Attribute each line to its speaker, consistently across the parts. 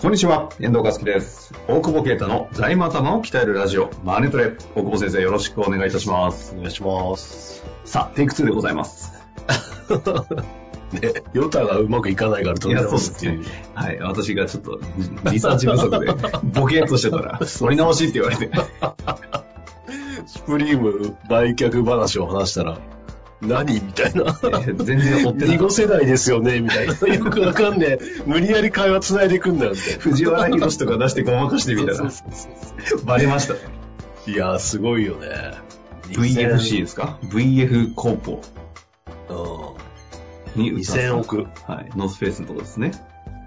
Speaker 1: こんにちは、遠藤和樹です。大久保啓太の財務頭を鍛えるラジオ、マネトレ。大久保先生、よろしくお願いいたします。
Speaker 2: お願いします。
Speaker 1: さあ、テイク2でございます。
Speaker 2: ね、ヨタがうまくいかないからどうなるっていう。
Speaker 1: はい、私がちょっとリサーチ不足で、ボケーっとしてたら、取り直しって言われて。
Speaker 2: スプリーム売却話を話したら、何みた いな。
Speaker 1: 全然追ってない
Speaker 2: 濁せないですよね みたいな。よくわかんねえ。無理やり会話つないでいくんだよみたいな。
Speaker 1: 藤原宏とか出してごまかしてみた
Speaker 2: そう
Speaker 1: ら、
Speaker 2: そうそうそ
Speaker 1: バレました。
Speaker 2: ういやー、すごいよね。
Speaker 1: VFC ですか ?VF コーポ
Speaker 2: う
Speaker 1: に
Speaker 2: ん。
Speaker 1: 移った
Speaker 2: 2000。億。
Speaker 1: はい、ノースフェイスのとこですね。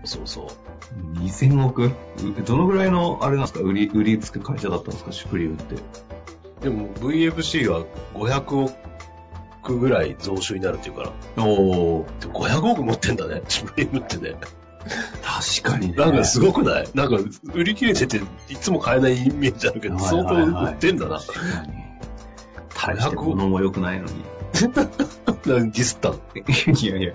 Speaker 2: そうそう。
Speaker 1: 2000億うどのぐらいの、あれなんですか売り、売りつく会社だったんですかシュプリームって。
Speaker 2: でも VFC は500億ぐらい増収になるっていうから。
Speaker 1: おー、
Speaker 2: でも500億持ってんだね。スプリームってね。
Speaker 1: 確かにね。
Speaker 2: なんかすごくないなんか売り切れてていつも買えないイメージあるけど、
Speaker 1: はい
Speaker 2: 相
Speaker 1: は
Speaker 2: 当
Speaker 1: いはい
Speaker 2: 売ってんだな。
Speaker 1: 確かに大して物も良くないのに。
Speaker 2: なんかディスったの。
Speaker 1: いやいや。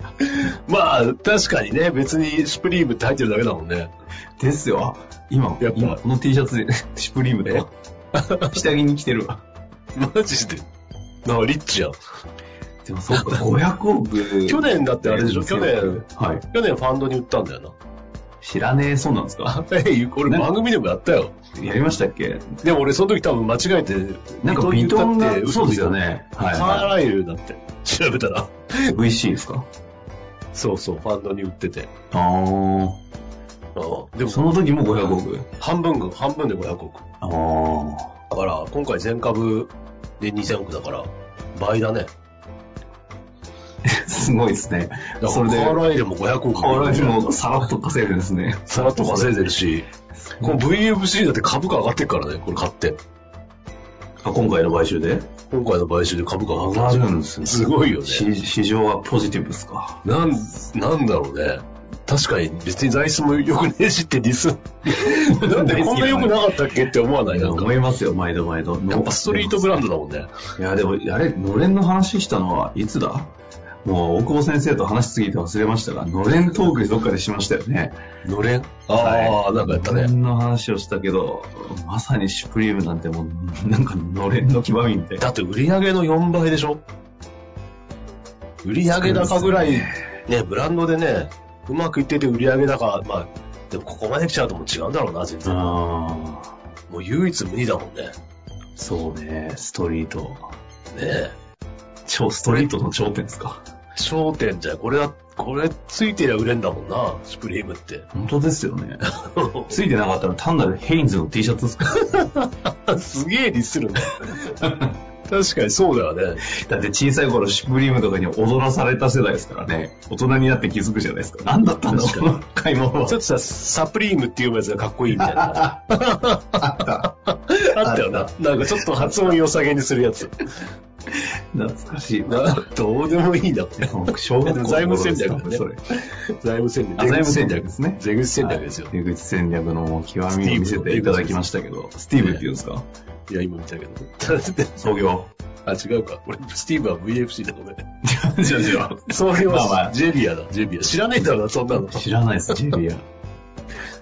Speaker 2: まあ、確かにね、別にシュプリームって入ってるだけだもんね。
Speaker 1: ですよ。あ今、
Speaker 2: やっぱ
Speaker 1: 今この T シャツで、シュプリームで。下着に着てるわ。
Speaker 2: マジで。なんかリッチやん。
Speaker 1: でもそうか、500億。
Speaker 2: 去年だってあれでしょ、去年、。
Speaker 1: はい。
Speaker 2: 去年ファンドに売ったんだよな。
Speaker 1: 知らねえ、そうなんですか
Speaker 2: え、これ番組でもやったよ。
Speaker 1: やりましたっけ
Speaker 2: でも俺その時多分間違えて、
Speaker 1: なんかビトン
Speaker 2: 言った
Speaker 1: が
Speaker 2: って、嘘
Speaker 1: そうですよ。ね。
Speaker 2: カ
Speaker 1: はい
Speaker 2: ー
Speaker 1: は
Speaker 2: ライルだって、調べたら。
Speaker 1: い。VC ですか
Speaker 2: そうそう、ファンドに売ってて。
Speaker 1: あー。
Speaker 2: うんで
Speaker 1: そ
Speaker 2: も、
Speaker 1: の時も500億。
Speaker 2: 半分が、半分で500億。
Speaker 1: あー。
Speaker 2: だから、今回全株で2000億だから、倍だね。
Speaker 1: すごいですね。
Speaker 2: だから
Speaker 1: それで
Speaker 2: カーライルも500億。
Speaker 1: カラジもさらっと稼いでるんですね。
Speaker 2: さらっと稼いでるし、この VFC だって株価上がってるからね、これ買って。
Speaker 1: あ今回の買収で
Speaker 2: 今回の買収で株価上
Speaker 1: 上
Speaker 2: が
Speaker 1: が
Speaker 2: って
Speaker 1: る
Speaker 2: る。
Speaker 1: んですね。
Speaker 2: すごいよね。
Speaker 1: し市場はポジティブですか。
Speaker 2: なん、なんだろうね。確かに別に材質も良くねえしってデ ィス。なんでこんな良くなかったっけって思わないなんか
Speaker 1: 思。いますよ、毎度毎度。
Speaker 2: やっぱストリートブランドだもんね。
Speaker 1: いや、でも、あれ、のれんの話したのはいつだもう、大久保先生と話しすぎて忘れましたが、のれんトークどっかでしましたよね。
Speaker 2: のれんああ、なんかやった
Speaker 1: のれ
Speaker 2: ね。
Speaker 1: んの話をしたけど、まさにシュプリームなんてもう、なんかのれんの極みみたいな。
Speaker 2: だって売り上げの4倍でしょ売り上げ高ぐらい、ね、ブランドでね、うまくいってて売り上げ高、まあ、でもここまで来ちゃうともう違うんだろうな、全然。
Speaker 1: ああ、
Speaker 2: もう唯一無二だもんね。ね
Speaker 1: そうね、ストリート。
Speaker 2: え。
Speaker 1: 超、ストリートの頂点ですか。
Speaker 2: 焦点じゃん、これは、これついてりゃ売れんだもんな、スプリームって。
Speaker 1: 本当ですよね。 ついてなかったら単なるヘインズの T シャツですか。
Speaker 2: すげえディスる ね。確かにそうだよね。
Speaker 1: だって小さい頃、シュプリームとかに踊らされた世代ですからね、大人になって気づくじゃないですか。何だったんだ、
Speaker 2: 確か
Speaker 1: こ
Speaker 2: に
Speaker 1: の買い物は
Speaker 2: ちょ。っとさ、サプリームっていうやつがかっこいいみたいな。 あ ったよな。なんかちょっと発音良さげにするやつ。
Speaker 1: 懐かしい。
Speaker 2: な どうでもいいな。財
Speaker 1: 小学校の頃
Speaker 2: 財務戦
Speaker 1: です
Speaker 2: 略
Speaker 1: か
Speaker 2: だね
Speaker 1: それ。
Speaker 2: 務戦略。
Speaker 1: あ財務戦略ですね。
Speaker 2: 出口戦略ですよ。
Speaker 1: 出口戦略の極みを見せていただきましたけど、スティーブって言うんですか
Speaker 2: いや、今見たけど。 だって
Speaker 1: 創業。
Speaker 2: あ、違うか。俺、スティーブは VFC だ、ごめん。
Speaker 1: 違う違う。
Speaker 2: そういう
Speaker 1: まあまあ
Speaker 2: ジェビアだ、ジェビア。知らねえんだろうな、そんな の。
Speaker 1: 知らないです、ジェビア。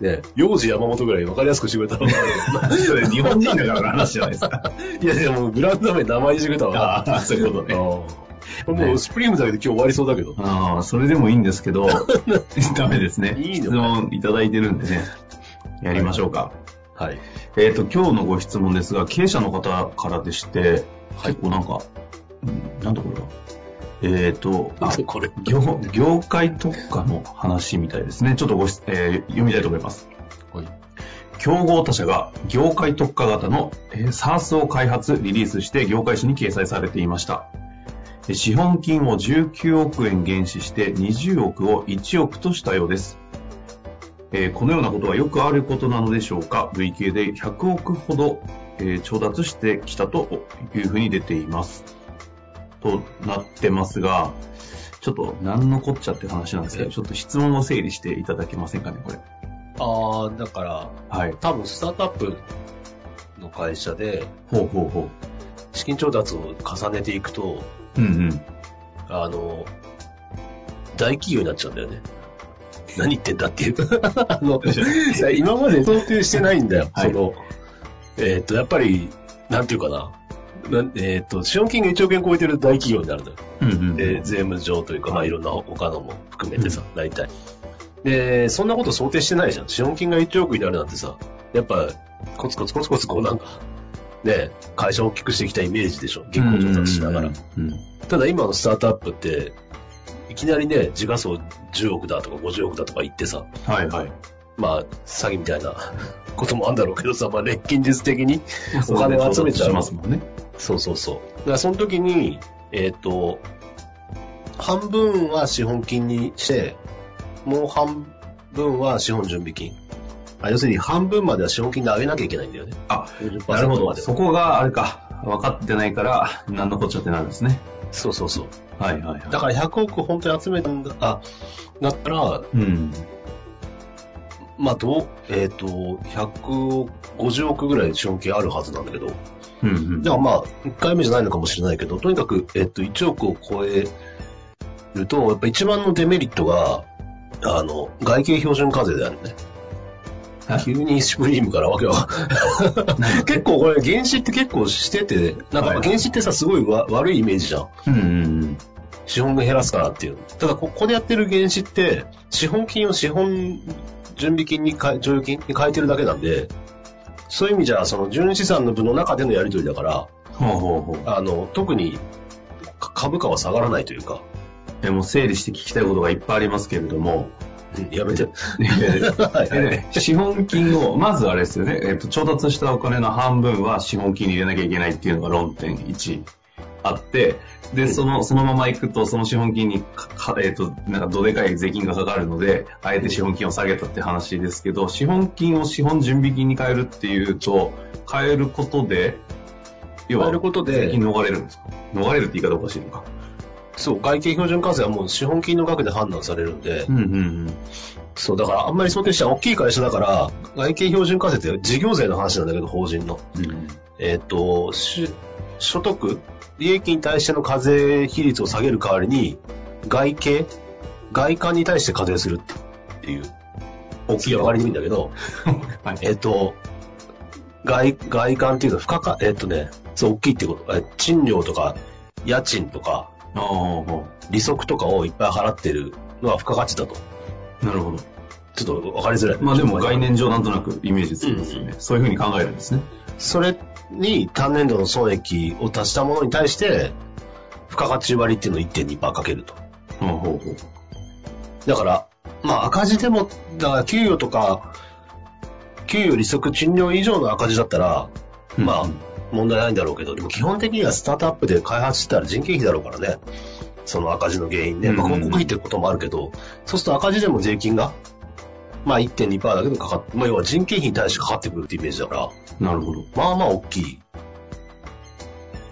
Speaker 2: ね、幼児山本ぐらい分かりやすくしてくれたのかな
Speaker 1: それ日本人だからの話じゃないですか。
Speaker 2: いや、でもブランド名名前いじくれたわ。
Speaker 1: ああ、そういうこと
Speaker 2: あー
Speaker 1: ね。
Speaker 2: これもうスプリームだけで今日終わりそうだけど。
Speaker 1: ああ、それでもいいんですけ ど、ダメですね。
Speaker 2: いいの
Speaker 1: 質問いただいてるんでね、やりましょうか。
Speaker 2: はい。
Speaker 1: えっ、と、今日のご質問ですが、経営者の方からでして、結構なんか、うんなんだこれは。えっ、と、あ
Speaker 2: これ。
Speaker 1: 業、業界特化の話みたいですね。ちょっとごし、えー読みたいと思います。
Speaker 2: はい
Speaker 1: 競合他社が業界特化型の、えー SARS を開発、リリースして業界誌に掲載されていました。え資本金を19億円減資して20億を1億としたようです。えーこのようなことはよくあることなのでしょうか累計で100億ほど、えー調達してきたというふうに出ています。となってますが、ちょっと何のこっちゃって話なんですけど、ちょっと質問を整理していただけませんかね、これ。
Speaker 2: ああ、だから、
Speaker 1: はい。
Speaker 2: 多分スタートアップの会社で、
Speaker 1: ほうほうほ
Speaker 2: 資金調達を重ねていくと、
Speaker 1: う。うんうん。
Speaker 2: あの、大企業になっちゃうんだよね。何言ってんだっていう。 あの、今まで想定してないんだよ。
Speaker 1: はい
Speaker 2: その、えっ、と、やっぱり、なんていうかな。なんえっ、と、資本金が1億円超えてる大企業になるのよ。
Speaker 1: うんうん。
Speaker 2: で、税務上というか、まあ、いろんな他のも含めてさ、大体。で、そんなこと想定してないじゃん。資本金が1億になるなんてさ、やっぱ、コツコツコツコツこうなんか、ね、会社を大きくしてきたイメージでしょ。結構調達しながら。
Speaker 1: うん。
Speaker 2: ただ今のスタートアップって、いきなりね、時価総10億だとか50億だとか言ってさ、
Speaker 1: はいはい。
Speaker 2: まあ、詐欺みたいな こともあるんだろうけどさ、まあ、ね現実的に。お金を集めちゃう
Speaker 1: しますもんね。
Speaker 2: そうそうそう。だからその時に、えっ、と、半分は資本金にして、もう半分は資本準備金。あ要するに半分までは資本金で上げなきゃいけないんだよね。
Speaker 1: あ、
Speaker 2: 50%
Speaker 1: なるほ
Speaker 2: ま
Speaker 1: ど。
Speaker 2: では
Speaker 1: そこがあれか。分かってないから、何のこっちゃってなんですね。
Speaker 2: そうそうそう。
Speaker 1: はいはいはい。
Speaker 2: だから100億本当に集めたんだ、あ、だったら、
Speaker 1: うん。
Speaker 2: まあ、どう、えっ、と、150億ぐらい資本金あるはずなんだけど、
Speaker 1: うんうん。
Speaker 2: じゃあまあ、1回目じゃないのかもしれないけど、とにかく、えっ、と、1億を超えると、やっぱ一番のデメリットが、あの、外形標準課税だよね。
Speaker 1: はい
Speaker 2: 急にシュプリームからわけは。 結構これ、原資って結構してて、なん
Speaker 1: はい
Speaker 2: か原資ってさ、すごいわ悪いイメージじゃん。
Speaker 1: うんうんうん。
Speaker 2: 資本が減らすからっていう。ただ、ここでやってる原資って、資本金を資本準備金に変え、剰余金に変えてるだけなんで、そういう意味じゃ、その純資産の分の中でのやり取りだから、
Speaker 1: ほうほうほう。
Speaker 2: あの、特にか株価は下がらないというか、
Speaker 1: でも整理して聞きたいことがいっぱいありますけれども、
Speaker 2: うんやめて。
Speaker 1: えー資本金を、まずあれですよね、えっと、調達したお金の半分は資本金に入れなきゃいけないっていうのが論点1あって、で、その、そのまま行くと、その資本金にか、かえっと、なんかどでかい税金がかかるので、あえて資本金を下げたって話ですけど、資本金を資本準備金に変えるっていうと、変えることで、要
Speaker 2: 変
Speaker 1: は
Speaker 2: える、こと
Speaker 1: 税
Speaker 2: で
Speaker 1: 金、逃れるんですか逃れるって言い方おかしいのか。
Speaker 2: そう、外形標準課税はもう資本金の額で判断されるんで、
Speaker 1: うんうんうん。
Speaker 2: そう、だからあんまり想定した大きい会社だから、外形標準課税って事業税の話なんだけど、法人の。
Speaker 1: うん
Speaker 2: えっ、と、し所得、利益に対しての課税比率を下げる代わりに、外形、外観に対して課税するっていう、大きい分かりにくいんだけど、
Speaker 1: はい。
Speaker 2: えっ、と、外、外観っていうのは、付加価、えっ、とね、そう、大きいってこと、え賃料とか、家賃とか、
Speaker 1: ああ、
Speaker 2: 利息とかをいっぱい払ってるのは付加価値だと。
Speaker 1: なるほど。
Speaker 2: ちょっと分かりづらい。
Speaker 1: まあでも概念上なんとなくイメージつきますよね。そういうふうに考えるんですね。
Speaker 2: それに単年度の損益を足したものに対して、付加価値割りっていうのを1.2%かけると。
Speaker 1: ほうほうほう。
Speaker 2: だから、まあ赤字でも、だから給与とか、給与利息賃料以上の赤字だったら、
Speaker 1: うん
Speaker 2: まあ問題ないんだろうけど、でも基本的にはスタートアップで開発してたら人件費だろうからね。その赤字の原因で、まあ
Speaker 1: うんうん
Speaker 2: 広告費ってこともあるけど、そうすると赤字でも税金が、まあ1.2%だけどかかって、まあ要は人件費に対してかかってくるってイメージだから、
Speaker 1: なるほど。
Speaker 2: まあまあ大きい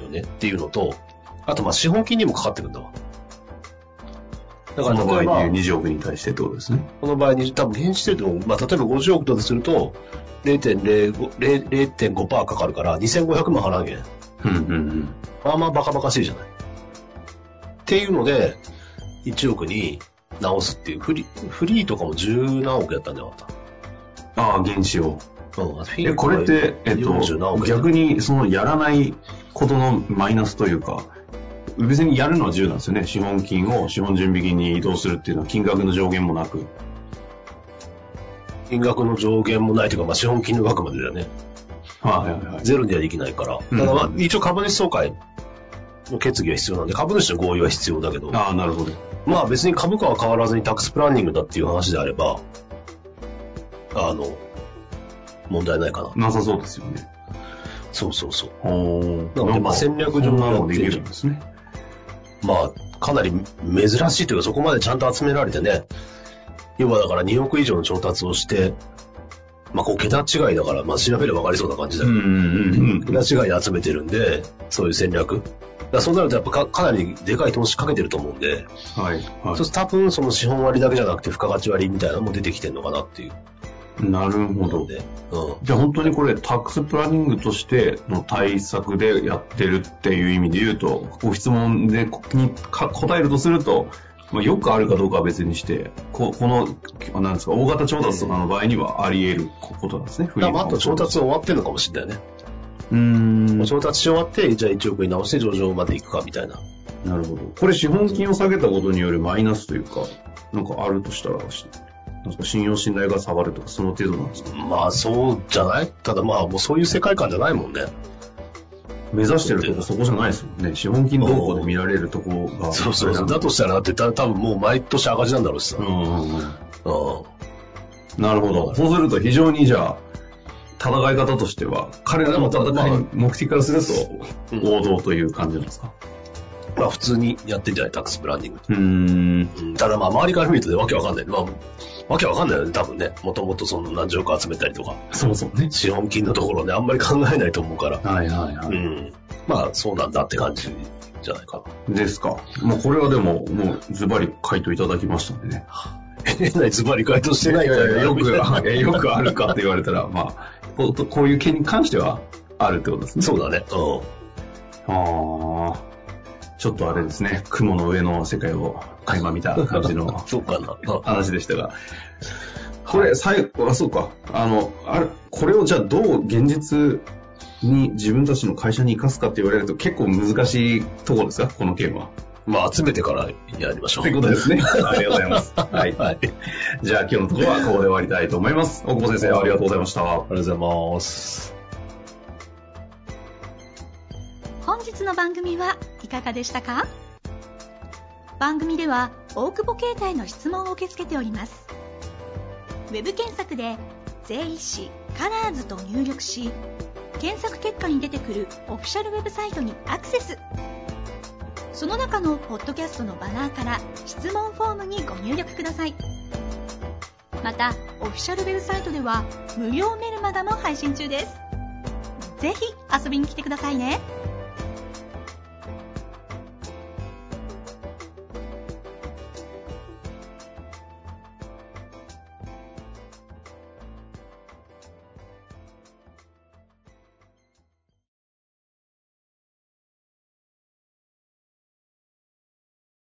Speaker 2: よねっていうのと、あとまあ資本金にもかかってくるんだわ。だ
Speaker 1: こ
Speaker 2: から
Speaker 1: の場
Speaker 2: 例え
Speaker 1: 合
Speaker 2: ば
Speaker 1: でいう、20億に対してってことですね。
Speaker 2: この場合に多分現地でも、まあ、例えば50億だとすると、0.05 0 0.5%かかるから、2500万払わなきゃいけな
Speaker 1: う
Speaker 2: い。
Speaker 1: んうんうん。
Speaker 2: まあまあバカバカしいじゃない。っていうので、1億に直すっていう、フリフリーとかも十何億やったんじゃなかっ
Speaker 1: ああ、現地を。
Speaker 2: た。うん、フィン
Speaker 1: え、
Speaker 2: ク
Speaker 1: これって、えっ
Speaker 2: 40何
Speaker 1: と、
Speaker 2: 億やった
Speaker 1: 逆にそのやらないことのマイナスというか、別にやるのは自由なんですよね。資本金を資本準備金に移動するっていうのは金額の上限もなく。
Speaker 2: 金額の上限もないというか、まあ、資本金の額までだよね。
Speaker 1: はいはいはい。
Speaker 2: ゼロにはできないから。
Speaker 1: うん
Speaker 2: ただまあ、一応株主総会の決議は必要なんで、株主の合意は必要だけど、
Speaker 1: ああ、なるほど。
Speaker 2: まあ別に株価は変わらずにタックスプランニングだっていう話であれば、あの、問題ないかな。
Speaker 1: なさそうですよね。
Speaker 2: そうそうそう。
Speaker 1: お
Speaker 2: なのでまあ戦略上
Speaker 1: な
Speaker 2: の
Speaker 1: のできるんですね。
Speaker 2: まあ、かなり珍しいというか、そこまでちゃんと集められてね、要はだから2億以上の調達をして、まあ、こう、桁違いだから、まあ、調べればわかりそうな感じだ
Speaker 1: う
Speaker 2: け
Speaker 1: んう
Speaker 2: ど、
Speaker 1: んうんうん。
Speaker 2: 桁違いで集めてるんで、そういう戦略。だからそうなると、やっぱかかなりでかい投資かけてると思うんで、
Speaker 1: はい。は
Speaker 2: そうすると多分その資本割だけじゃなくて、付加価値割みたいなのも出てきてるのかなっていう
Speaker 1: い。なるほ
Speaker 2: の
Speaker 1: ど。
Speaker 2: で、うん。
Speaker 1: じゃあ本当にこれ、タックスプランニングとしての対策でやってるっていう意味で言うと、ご質問でこにか答えるとすると、まあ、よくあるかどうかは別にして、ここの、なんですか、大型調達とかの場合にはあり得ることなんですね、
Speaker 2: だからまああと調達終わってるのかもしれないね。
Speaker 1: うーん。
Speaker 2: もう
Speaker 1: な
Speaker 2: 調達し終わって、じゃあ1億に直して上場まで行くかみたいな。
Speaker 1: るほど。これ資本金を下げたことによるマイナスというか、なんかあるとしたら、しなんか信用信頼が下がるとか、その程度なんですか
Speaker 2: まあそうじゃないただまあもうそういう世界観じゃないもんね。
Speaker 1: 目指してるとこそこじゃないですもんね。資本金動向で見られるとこが。
Speaker 2: そうそうそう。だとしたらだってた多分もう毎年赤字なんだろうしさ。
Speaker 1: う
Speaker 2: うん。
Speaker 1: んうんうん。なるほど。そうすると非常にじゃあ、戦い方としては、彼らの戦いの目的からする
Speaker 2: う
Speaker 1: と、
Speaker 2: ん
Speaker 1: 王道という感じなんですか。
Speaker 2: まあ普通にやってんじゃないタックスプランニング。
Speaker 1: うーん。
Speaker 2: うん、ただまあ周りから見るとね、わけわかんない。まあわけわかんないよね、多分ね。もともとその何十億集めたりとか、
Speaker 1: そもそもね。
Speaker 2: 資本金のところね、あんまり考えないと思うから。
Speaker 1: はいはいは
Speaker 2: う
Speaker 1: い。
Speaker 2: ん。まあそうなんだって感じじゃないかな。
Speaker 1: ですか。もうこれはでも、もうズバリ回答いただきましたんでね。
Speaker 2: 変なズバリ回答してないから
Speaker 1: よく、
Speaker 2: あ
Speaker 1: えよくあるかって言われたら、まあ、ここういう件に関しては、あるってことですね。
Speaker 2: そうだね。うん。
Speaker 1: ああ。ちょっとあれですね、雲の上の世界を垣間見た感じの
Speaker 2: そうかな。
Speaker 1: 話でしたが、これ、最後、あ、そうか、あの、あれ、これをじゃあどう現実に自分たちの会社に生かすかって言われると結構難しいところですか、この件は。
Speaker 2: まあ、集めてからやりましょう。
Speaker 1: ということですね。ありがとうございます。はい。
Speaker 2: はい。ありが
Speaker 1: じゃあ今日のところはここで終わりたいと思います。大久保先生、ありがとうございました。
Speaker 2: とうございます。
Speaker 3: 本日の番組はいかがでしたか番組では大久保携帯の質問を受け付けておりますウェブ検索で「税理士カラーズと入力し検索結果に出てくるオフィシャルウェブサイトにアクセスその中のポッドキャストのバナーから質問フォームにご入力くださいまたオフィシャルウェブサイトでは無料メルマガも配信中ですぜひ遊びに来てくださいね